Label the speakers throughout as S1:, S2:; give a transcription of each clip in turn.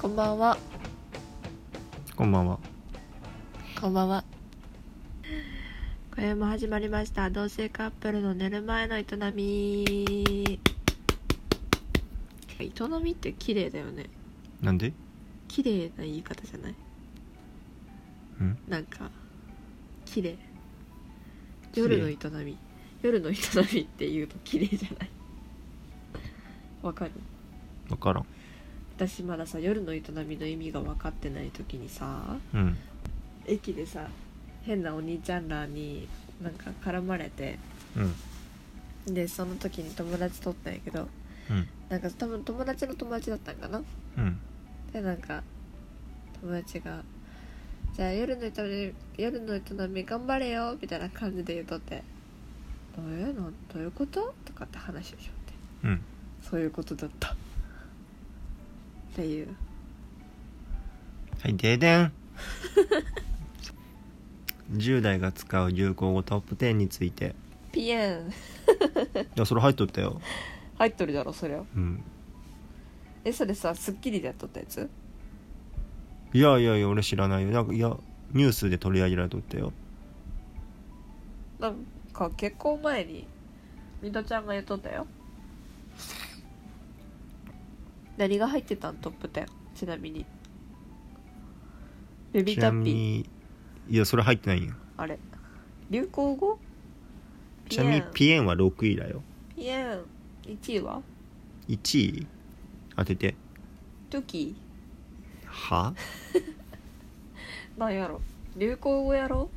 S1: こんばんは。
S2: こんばんは。
S1: こんばんは。
S3: これも始まりました同性カップルの寝る前の営み営みって綺麗だよね
S2: なんで？
S3: 綺麗な言い方じゃない
S2: うん。
S3: なんか綺麗夜の営み夜の営みって言うと綺麗じゃないわかる
S2: わからん。
S3: 私まださ夜の営みの意味が分かってない時にさ
S2: うん。
S3: 駅でさ変なお兄ちゃんらになんか絡まれて
S2: うん。
S3: でその時に友達とったんやけど
S2: うん。
S3: なんか多分友達の友達だったんかな
S2: うん。
S3: でなんか友達が「じゃあ夜の営み夜の営み頑張れよ」みたいな感じで言うとって「どういうのどういうこと?」とかって話をしよって
S2: うん。
S3: そういうことだったっていう
S2: はい、ででん。10代が使う流行語トップ10について。
S3: ピエン
S2: いや、それ入っとったよ。
S3: 入っとるだろそれは
S2: うん。
S3: えそれさ『スッキリ』でやっとったやつ
S2: いやいやいや、俺知らないよ。なんかいや、ニュースで取り上げられとったよ。
S3: なんか結婚前にミトちゃんが言っとったよ何が入ってたんトップ10ちなみにベビ
S2: ち
S3: ータ
S2: な
S3: ッ
S2: み
S3: ピー
S2: に、いや、それ入ってないんよ。
S3: あれ流行語
S2: ちなみに、ピエンは6位だよ。
S3: ピエン1位は
S2: 1位当てて。
S3: トゥキ
S2: は
S3: ーなんやろ流行語やろ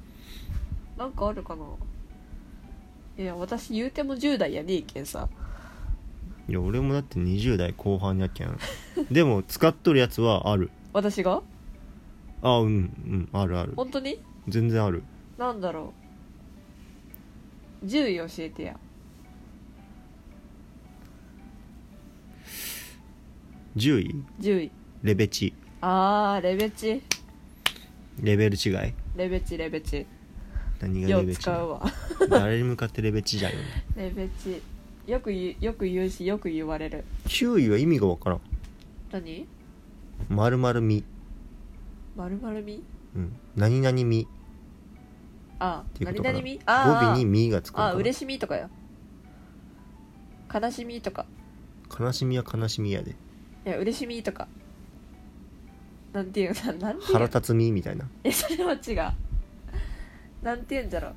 S3: なんかあるかないや私言うても10代やねえけんさ
S2: いや、俺もだって20代後半やけん。でも、使っとるやつはある。
S3: 私が
S2: あ、うん、うん、あるある。
S3: 本当に
S2: 全然ある。
S3: なんだろう10位教えてや
S2: 10位
S3: 10位
S2: レベチ
S3: あーレベチ
S2: レベル違い
S3: レベチレベチ
S2: 何が
S3: よ
S2: レ
S3: う
S2: ベチ
S3: 使うわ
S2: 誰に向かってレベチじゃんよね
S3: レベチよく言うよく言うしよく言われる
S2: 9位は意味がわからん
S3: 何
S2: 丸々み、
S3: 丸々み
S2: うん、何々み
S3: あ
S2: っていうこ
S3: 何
S2: とかな
S3: 々み
S2: 語
S3: あ
S2: 尾に
S3: ー
S2: みがつくの
S3: あ
S2: か
S3: ー
S2: な
S3: 嬉しみとかよ悲しみとか
S2: 悲しみは悲しみやで
S3: いや嬉しみとかなんていうな なんていう
S2: 腹立つみみたいな
S3: えそれは違うなんて言うんだろう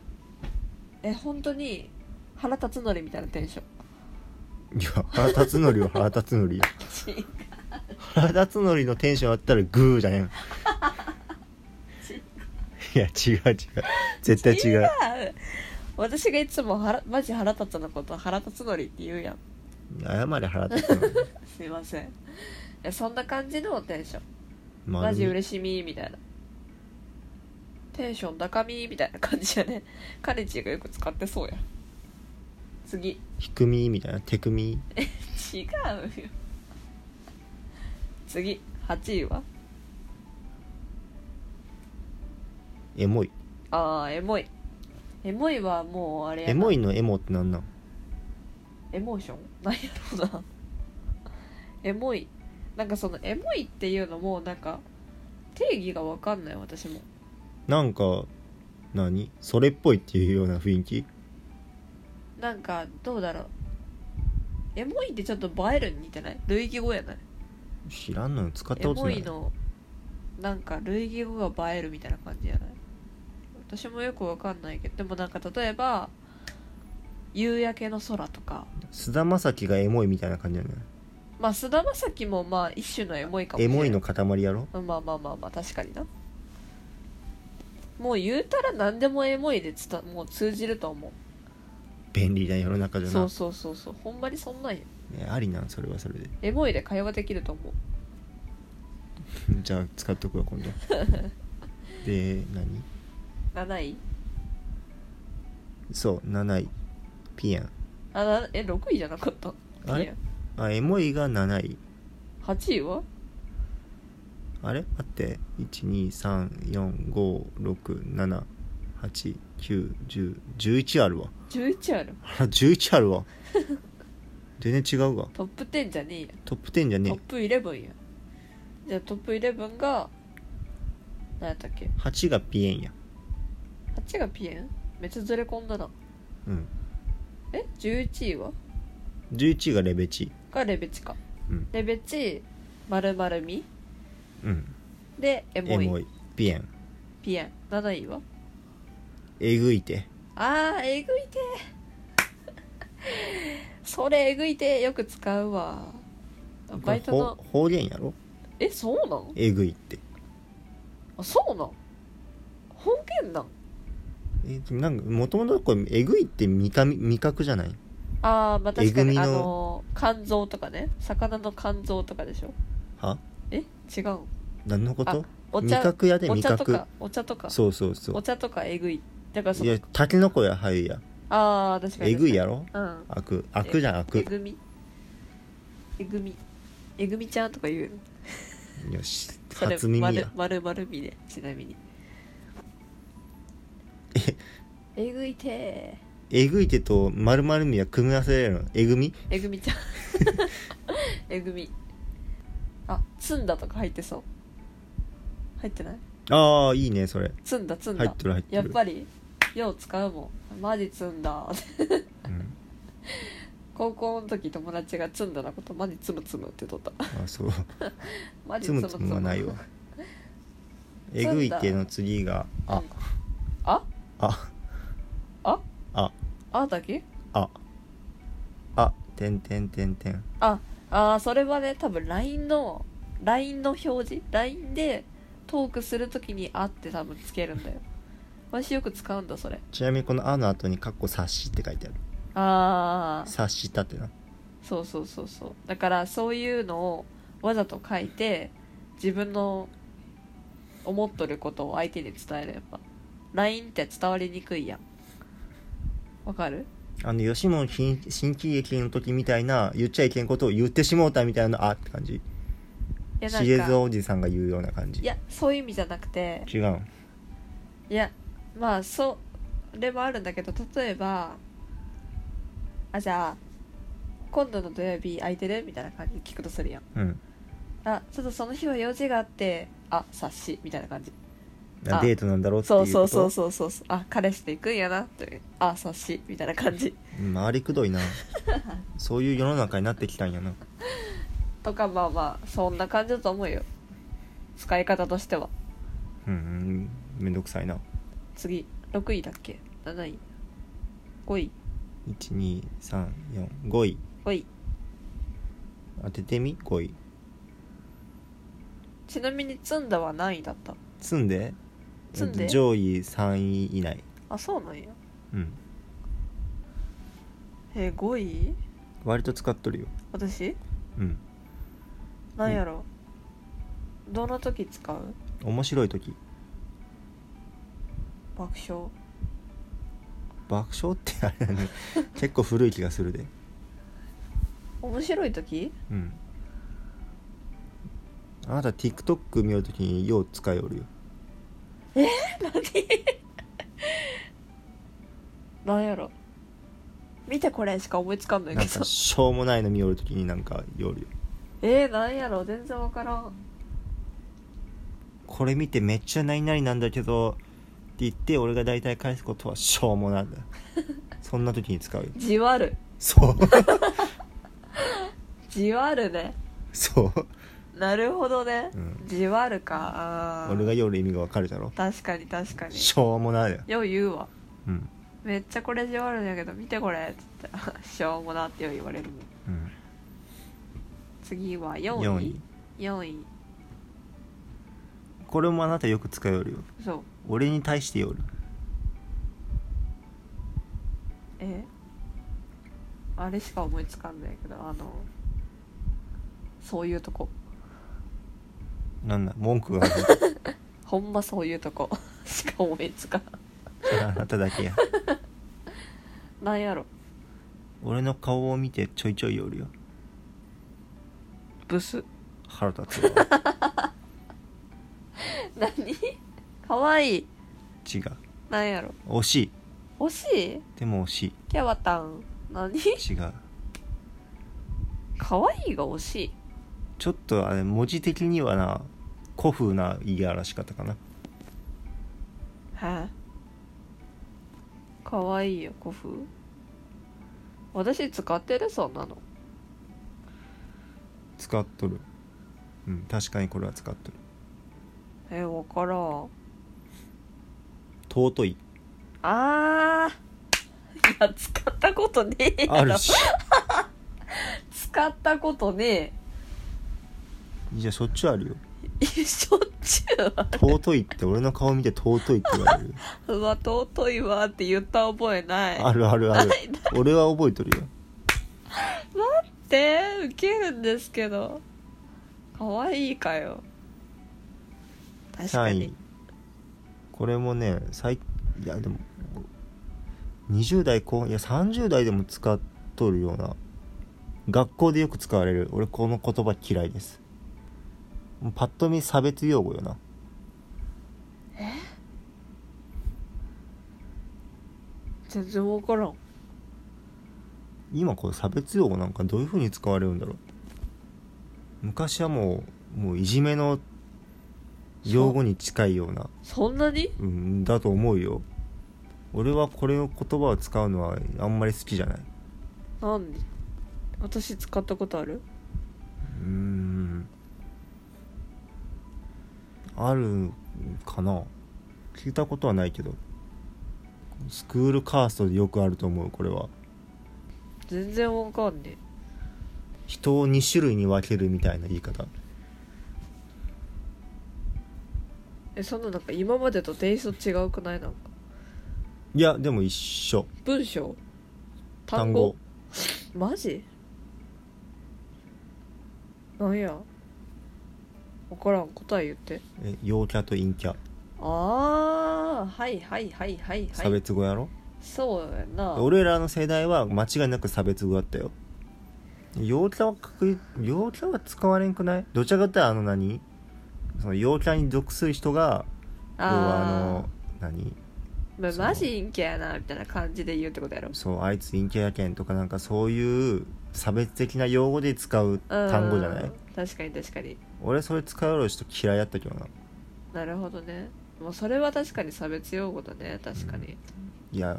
S3: え本当に腹立つのりみたいなテンシ
S2: いや腹立つのりは腹立つのりや
S3: ョン
S2: 腹立つのりのテンションあったらグーじゃ ねんいや違う違う絶対違う
S3: 違う私がいつも腹マジ腹立つのこと腹立つのりって言うやん
S2: 謝れ腹立つのり
S3: すいませんいやそんな感じのテンション
S2: 丸
S3: マジ
S2: み
S3: 嬉しみみたいなテンション高みみたいな感じやねカレッジがよく使ってそうや次
S2: 低みみたいな手組
S3: 違うよ次8位は
S2: エモい
S3: あーエモいエモいはもうあれやな
S2: エモいのエモってなんなん
S3: エモーション なんやろうなエモいなんかそのエモいっていうのもなんか定義が分かんない私も
S2: なんか何それっぽいっていうような雰囲気
S3: なんかどうだろうエモいってちょっと映えるに似てない類義語やない
S2: 知らんのよ使った
S3: エ
S2: こと
S3: モ
S2: ない
S3: いのなんか類義語が映えるみたいな感じやない私もよく分かんないけどでもなんか例えば夕焼けの空とか
S2: 菅田将暉がエモいみたいな感じじゃない
S3: まあ菅田将暉もまあ一種のエモいかもしれ
S2: エ
S3: ない
S2: モいの塊やろ
S3: まあまあまあまあ確かになもう言うたら何でもエモいでつたもう通じると思
S2: 便利な世の中
S3: う
S2: じゃ
S3: そ
S2: な
S3: うそうそうそうほんまにそんなんよ
S2: ねありなんそれはそれで
S3: エモいで会話できると思う
S2: じゃあ使っとくわ今 度で何
S3: 7位
S2: そう7位ピエン
S3: あなえ6位じゃなかった
S2: あれ
S3: いいや
S2: あエモいが7位
S3: 8位は
S2: あれ待って1234567891011あるわ
S3: 11ある
S2: あら11あるわ 全然違うわ
S3: トップ10じゃねえや
S2: トップ10じゃねえ
S3: トップ11やじゃあトップ11が何やったっけ
S2: 8がピエンや
S3: 8がピエンめっちゃずれ込んだな
S2: うん
S3: え11位は
S2: 11がレベチ
S3: がレベチか、
S2: うん
S3: レベチ丸々み
S2: うん
S3: でエ
S2: エ
S3: モい
S2: モいピエン
S3: ピエン7位は
S2: えぐいて
S3: あーえぐいて ーそれえぐいてーよく使うわバイトの
S2: これほ方言やろ
S3: えそうなん
S2: えぐいって
S3: あそうなん方言なん
S2: えでもなんかもともとこれえぐいって味覚味覚じゃない
S3: ああまあ確か
S2: えぐみ
S3: に
S2: の
S3: あのー肝臓とかね魚の肝臓とかでしょ
S2: は
S3: え違う
S2: 何のこ
S3: あ
S2: と
S3: お
S2: 味
S3: 茶
S2: 覚やで
S3: お
S2: 味
S3: 茶と
S2: 覚
S3: かお茶とか
S2: そうそうそ
S3: お
S2: う
S3: 茶とかえぐいだからそ
S2: い
S3: の
S2: やタケノコやハユや
S3: ああ確かに
S2: えぐいや
S3: ろ
S2: ろ
S3: うん
S2: 悪悪じゃん
S3: え
S2: 悪
S3: ぐみえぐみえぐみちゃんとか言うの
S2: よし
S3: それ
S2: 初耳や
S3: 丸丸々みでちなみにえぐいて
S2: えぐいてと丸々みは組み合わせられるのえぐ
S3: ー
S2: み
S3: えぐみちゃんえぐみあつんだとか入ってそう入ってない
S2: ああいいねそれ
S3: つんだつんだ
S2: 入ってる入ってる
S3: やっぱりよう使うもんマジつんだ
S2: うん、
S3: 高校の時友達がつんだなことマジつむつむって言っとった
S2: あそう
S3: マジ
S2: つ
S3: つむ
S2: む
S3: つむ
S2: つむはない わ
S3: ん
S2: えぐいての次があ
S3: うんあ
S2: あ
S3: あ
S2: あ
S3: あだけ
S2: ああてんてんてんてん
S3: ああーそれはね多分 LINE の LINE の表示 LINE でトークするときに「あ」って多分つけるんだよ私よく使うんだそれ
S2: ちなみにこの「あ」の後に「かっこ察し」って書いてある
S3: ああ
S2: 察したってな
S3: そうそうそうそうだからそういうのをわざと書いて自分の思っとることを相手に伝えるやっぱ LINE って伝わりにくいやんわかる
S2: あの吉本新新喜劇の時みたいな言っちゃいけんことを言ってしもうたみたいな「あ」って感じ
S3: いやな
S2: しげ
S3: ん
S2: ず
S3: か
S2: おじさんが言うような感じ
S3: いやそういう意味じゃなくて
S2: 違うん
S3: いやまあそれもあるんだけど例えばあじゃあ今度の土曜日空いてるみたいな感じで聞くとするやん
S2: うん
S3: あちょっとその日は用事があってあ察しみたいな感じ
S2: あ
S3: あ
S2: デートなんだろうっていう
S3: そ
S2: こ
S3: う
S2: と
S3: そうそうそうそうそうあ彼氏と行くんやなというあ察しみたいな感じ
S2: うん回りくどいな そういう世の中になってきたんやな
S3: とかまあまあそんな感じだと思うよ使い方としては
S2: うんうんめんどくさいな
S3: 次6位だっけ7位5位
S2: 12345位
S3: 5位
S2: 当ててみ5位
S3: ちなみに積んだは何位だった
S2: 積んで
S3: 積んで
S2: 上位3位以内
S3: あそうなんや
S2: うん
S3: え5位
S2: 割と使っとるよ
S3: 私
S2: うん
S3: なんやろ、どの時使う
S2: 面白い時
S3: 爆笑
S2: 爆笑ってあれだ ね結構古い気がするで
S3: 面白い時
S2: うんあなた TikTok 見るときによう使いおるよ
S3: なんやろ見てこれしか思いつかんない
S2: なん
S3: けど
S2: かしょうもないの見おるときになんかよるよ
S3: えー、なんやろ全然わからん
S2: これ見てめっちゃ何々なんだけどって言って俺が大体返すことはしょう もなんだそんな時に使うよ
S3: じわる
S2: そう
S3: じわるね
S2: そう
S3: なるほどね、
S2: うん
S3: じわるかあー
S2: 俺が夜意味がわかるだろ
S3: 確かに確かに
S2: しょうもないよ、
S3: よう言うわ
S2: うん
S3: めっちゃこれじわるんやけど見てこれって言ってしょうもなってよう言われるもん
S2: うん、
S3: 次は
S2: 4
S3: 4
S2: 位
S3: 位4位
S2: これもあなたよく使いよるよ
S3: そう
S2: 俺に対してよる
S3: えあれしか思いつかんないけどあのそういうとこ
S2: なんだ文句 がある
S3: ほんまそういうとこ しか思いつかん
S2: それあなただけや
S3: なんやろ
S2: 俺の顔を見てちょいちょいよるよ
S3: ブス
S2: 腹立つ わ
S3: 何かわいい
S2: 違う
S3: なんやろ
S2: 惜しい
S3: 惜しい
S2: でも惜し
S3: キャバタン何
S2: い違う
S3: かわいいが惜しい
S2: ちちょっとあれ文字的にはな古風な言い表し方かな
S3: はあ、かわいいよ古風私使ってるそんなの
S2: 使っとるうん確かにこれは使っとる
S3: えわからん
S2: 尊い
S3: あーいや使ったことねえや
S2: あ
S3: ろ
S2: るし
S3: 使ったことね
S2: じゃあしょっちゅうあるよ
S3: え しょっちゅうは
S2: 尊いって俺の顔見て尊いって言 われる
S3: うわ尊いわって言った覚えない
S2: あるあるある俺は覚えとるよ
S3: ってウケるんですけどかわいいかよ確か
S2: 3
S3: に
S2: 位これもね最いやでも20代後半いや30代でも使っとるような学校でよく使われる俺この言葉嫌いですもうパッと見差別用語よな
S3: 全然分からん
S2: 今これ差別用語なんかどういう風に使われるんだろう昔はもうもういじめの用語に近いような
S3: そんなに
S2: うんだと思うよ俺はこれの言葉を使うのはあんまり好きじゃない
S3: なんで私使ったことある
S2: うーんあるかな聞いたことはないけどスクールカーストでよくあると思うこれは
S3: 全然わかんね
S2: 人を2種類に分けるみたいな言い方
S3: ええそんななんか今までとテイスト違うくないなんか
S2: いやでも一緒
S3: 文章
S2: 単語
S3: マジなんや分からん答え言って
S2: え陽キャと陰キャ
S3: ああはいはいはいはい
S2: 差
S3: はい
S2: 別語やろ、
S3: そうやな
S2: 俺らの世代は間違いなく差別語だったよ陽キャは確実陽キャは使われんくないどちらかというとあの何その陽キャに属する人が要はあ
S3: あ
S2: の何
S3: ーまあ
S2: その
S3: マジ陰キャやなみたいな感じで言うってことやろ
S2: そうあいつ陰キャやけんとかなんかそういう差別的な用語で使う
S3: うん
S2: 単語じゃない
S3: 確かに確かに
S2: 俺それ使うような人嫌いやったけどな
S3: なるほどねもうそれは確かに差別用語だね確かに、
S2: いや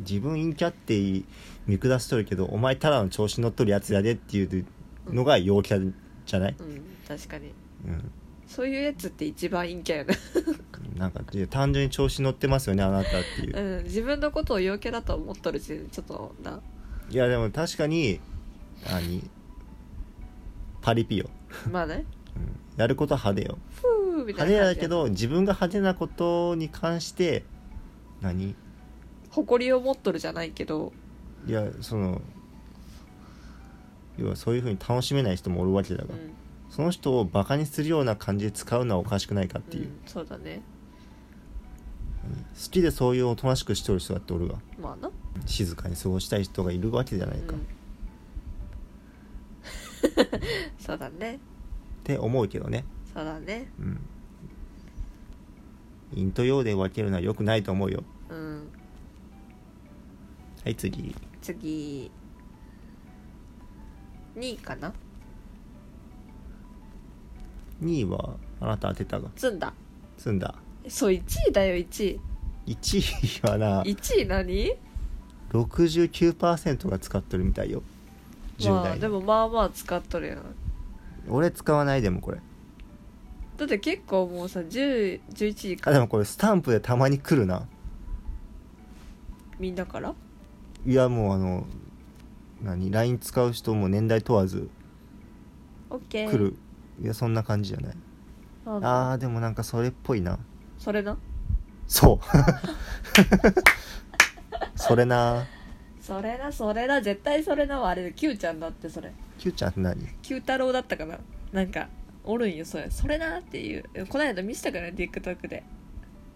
S2: 自分陰キャって見下しとるけどお前ただの調子乗っとるやつやでっていうのが陽キャじゃない
S3: うん確かに
S2: うん
S3: そういうやつって一番陰キャやな、
S2: なんかいや単純に調子乗ってますよねあなたっていう
S3: うん、自分のことを陽キャだと思っとるしちょっとない
S2: やでも確かに何パリピよ、
S3: まあ ね
S2: うん、やること派手よ
S3: ふうみたいな
S2: 派手
S3: 感
S2: だ
S3: じ
S2: けど自分が派手なことに関して何
S3: 誇りを持っとるじゃないけど
S2: いやその要はそういうふうに楽しめない人もおるわけだ
S3: う
S2: から、
S3: ん、
S2: その人をバカにするような感じで使うのはおかしくないかって
S3: う
S2: いう、
S3: ん、そうだね
S2: 好きでそういうおとなしくしておる人だっておるが
S3: まあな
S2: 静かに過ごしたい人がいるわけじゃないか、
S3: う
S2: っ
S3: ん そうだね
S2: て思うけどね
S3: そうだね
S2: うん陰と陽で分けるのは良くないと思うよ
S3: うん
S2: はい次
S3: 次2位かな
S2: 2位はあなた当てたが
S3: 積んだ
S2: 積んだ
S3: そう1位だよ1
S2: 1位はな
S3: 位1位何
S2: 69%が使ってるみたいよ10
S3: まあ
S2: 代
S3: で
S2: の、
S3: もまあまあ使っとるやん
S2: 俺使わないでもこれ
S3: だって結構もうさ1011位か
S2: あでもこれスタンプでたまに来るな
S3: みんなから
S2: いやもうあの何 LINE 使う人も年代問わず
S3: OK
S2: 来る、いやそんな感じじゃない
S3: なんだ
S2: あーでもなんかそれっぽいな
S3: それな
S2: そうそれな
S3: それなそれな絶対それなはあれで Q ちゃんだってそれ
S2: キューちゃんって何
S3: Q 太郎だったかななんかおるんよそれそれなっていうこないだ見せたから TikTok で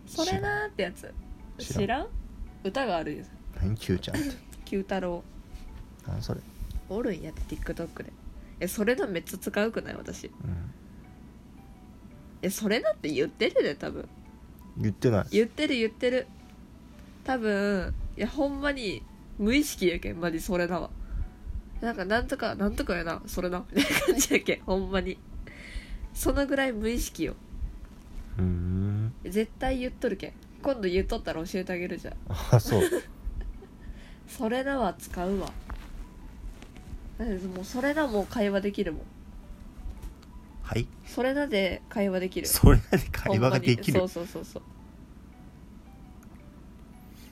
S3: それなってやつ
S2: 知
S3: 知
S2: ら
S3: ら
S2: ん
S3: ん歌があるんよ
S2: 何キューちゃんって
S3: Q 太郎
S2: あそれ
S3: おるんやって TikTok でえそれなめっちゃ使うくない私
S2: うん
S3: えそれなって言ってるで多分
S2: 言ってない
S3: 言ってる言ってる多分いやほんまに無意識やけんマジそれなはなんかなんとかなんとかやなそれなみたいな感じだっけほんまにそのぐらい無意識よ
S2: うーん
S3: 絶対言っとるけん今度言っとったら教えてあげるじゃん
S2: あ そう
S3: それらは使うわだってもうそれらも会話できるもん
S2: はい
S3: それらで会話できる
S2: それなりに会話ができる
S3: ほんまにそうそうそうそう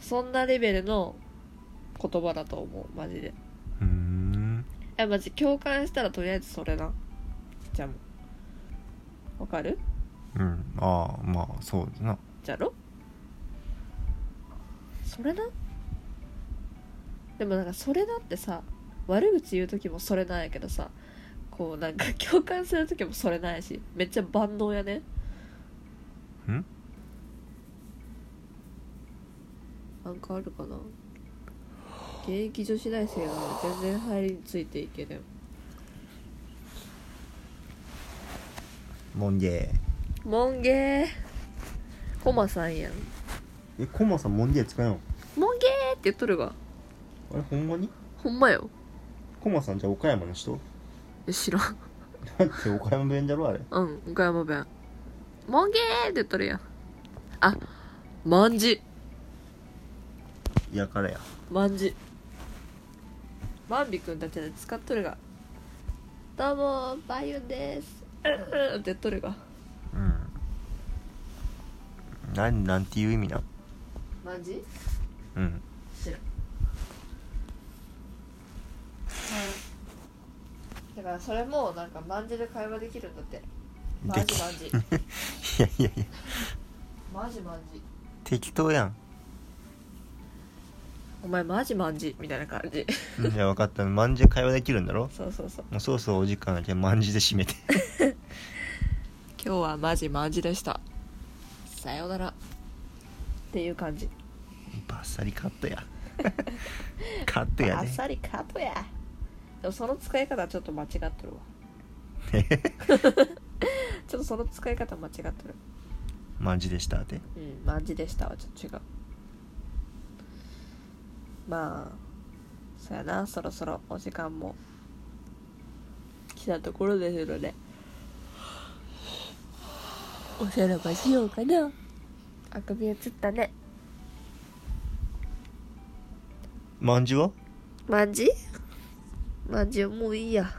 S3: そんなレベルの言葉だと思うマジで
S2: うーん
S3: えマジ共感したらとりあえずそれなじゃあもうわかる
S2: うんああまあそうだな
S3: じゃろそれなでもなんかそれなってさ悪口言う時もそれなんやけどさこうなんか共感する時もそれなんやしめっちゃ万能やね
S2: ん
S3: なんかあるかな現役女子大生が全然入りについていけねん
S2: もんげ
S3: モンゲーコマさんやん
S2: えコマさんもんげ使えんの
S3: モンゲーって言っとるが
S2: あれほんまに
S3: ほんまよ
S2: コマさんじゃあ岡山の人
S3: え知らん
S2: だって岡山弁だろあれ
S3: うん、岡山弁。もんげーって言っとるやん。あ、まんじ。
S2: いやからや
S3: まんじ。まんびくんたちで使っとるが。どうも、ばゆんです。うんうんって言っとるが。
S2: うんなんなんていう意味な
S3: まんじ
S2: うん
S3: 知らん。だからそれもなんかまんじで会話できるんだって。マ
S2: で
S3: ジ
S2: き
S3: まんじ。
S2: いやいやいや
S3: マジまんじ。
S2: 適当やん
S3: お前マジまんじみたいな感じ。
S2: うんじゃあ分かったまんじで会話できるんだろ
S3: そうそうそう。
S2: もうそろそろお時間だけどまんじで締めて
S3: 今日はマジマジでしたさようならっていう感じ
S2: バッサリカットや カットや
S3: あっ
S2: ね
S3: さりカットやでもその使い方ちょっと間違っ てるわちょっとその使い方間違ってる
S2: まんじでしたって
S3: うんマジでしたはちょっと違うまあそやなそろそろお時間も来たところですのでおさらばしようかなあくび映ったね
S2: まんじは
S3: マジマジもういいや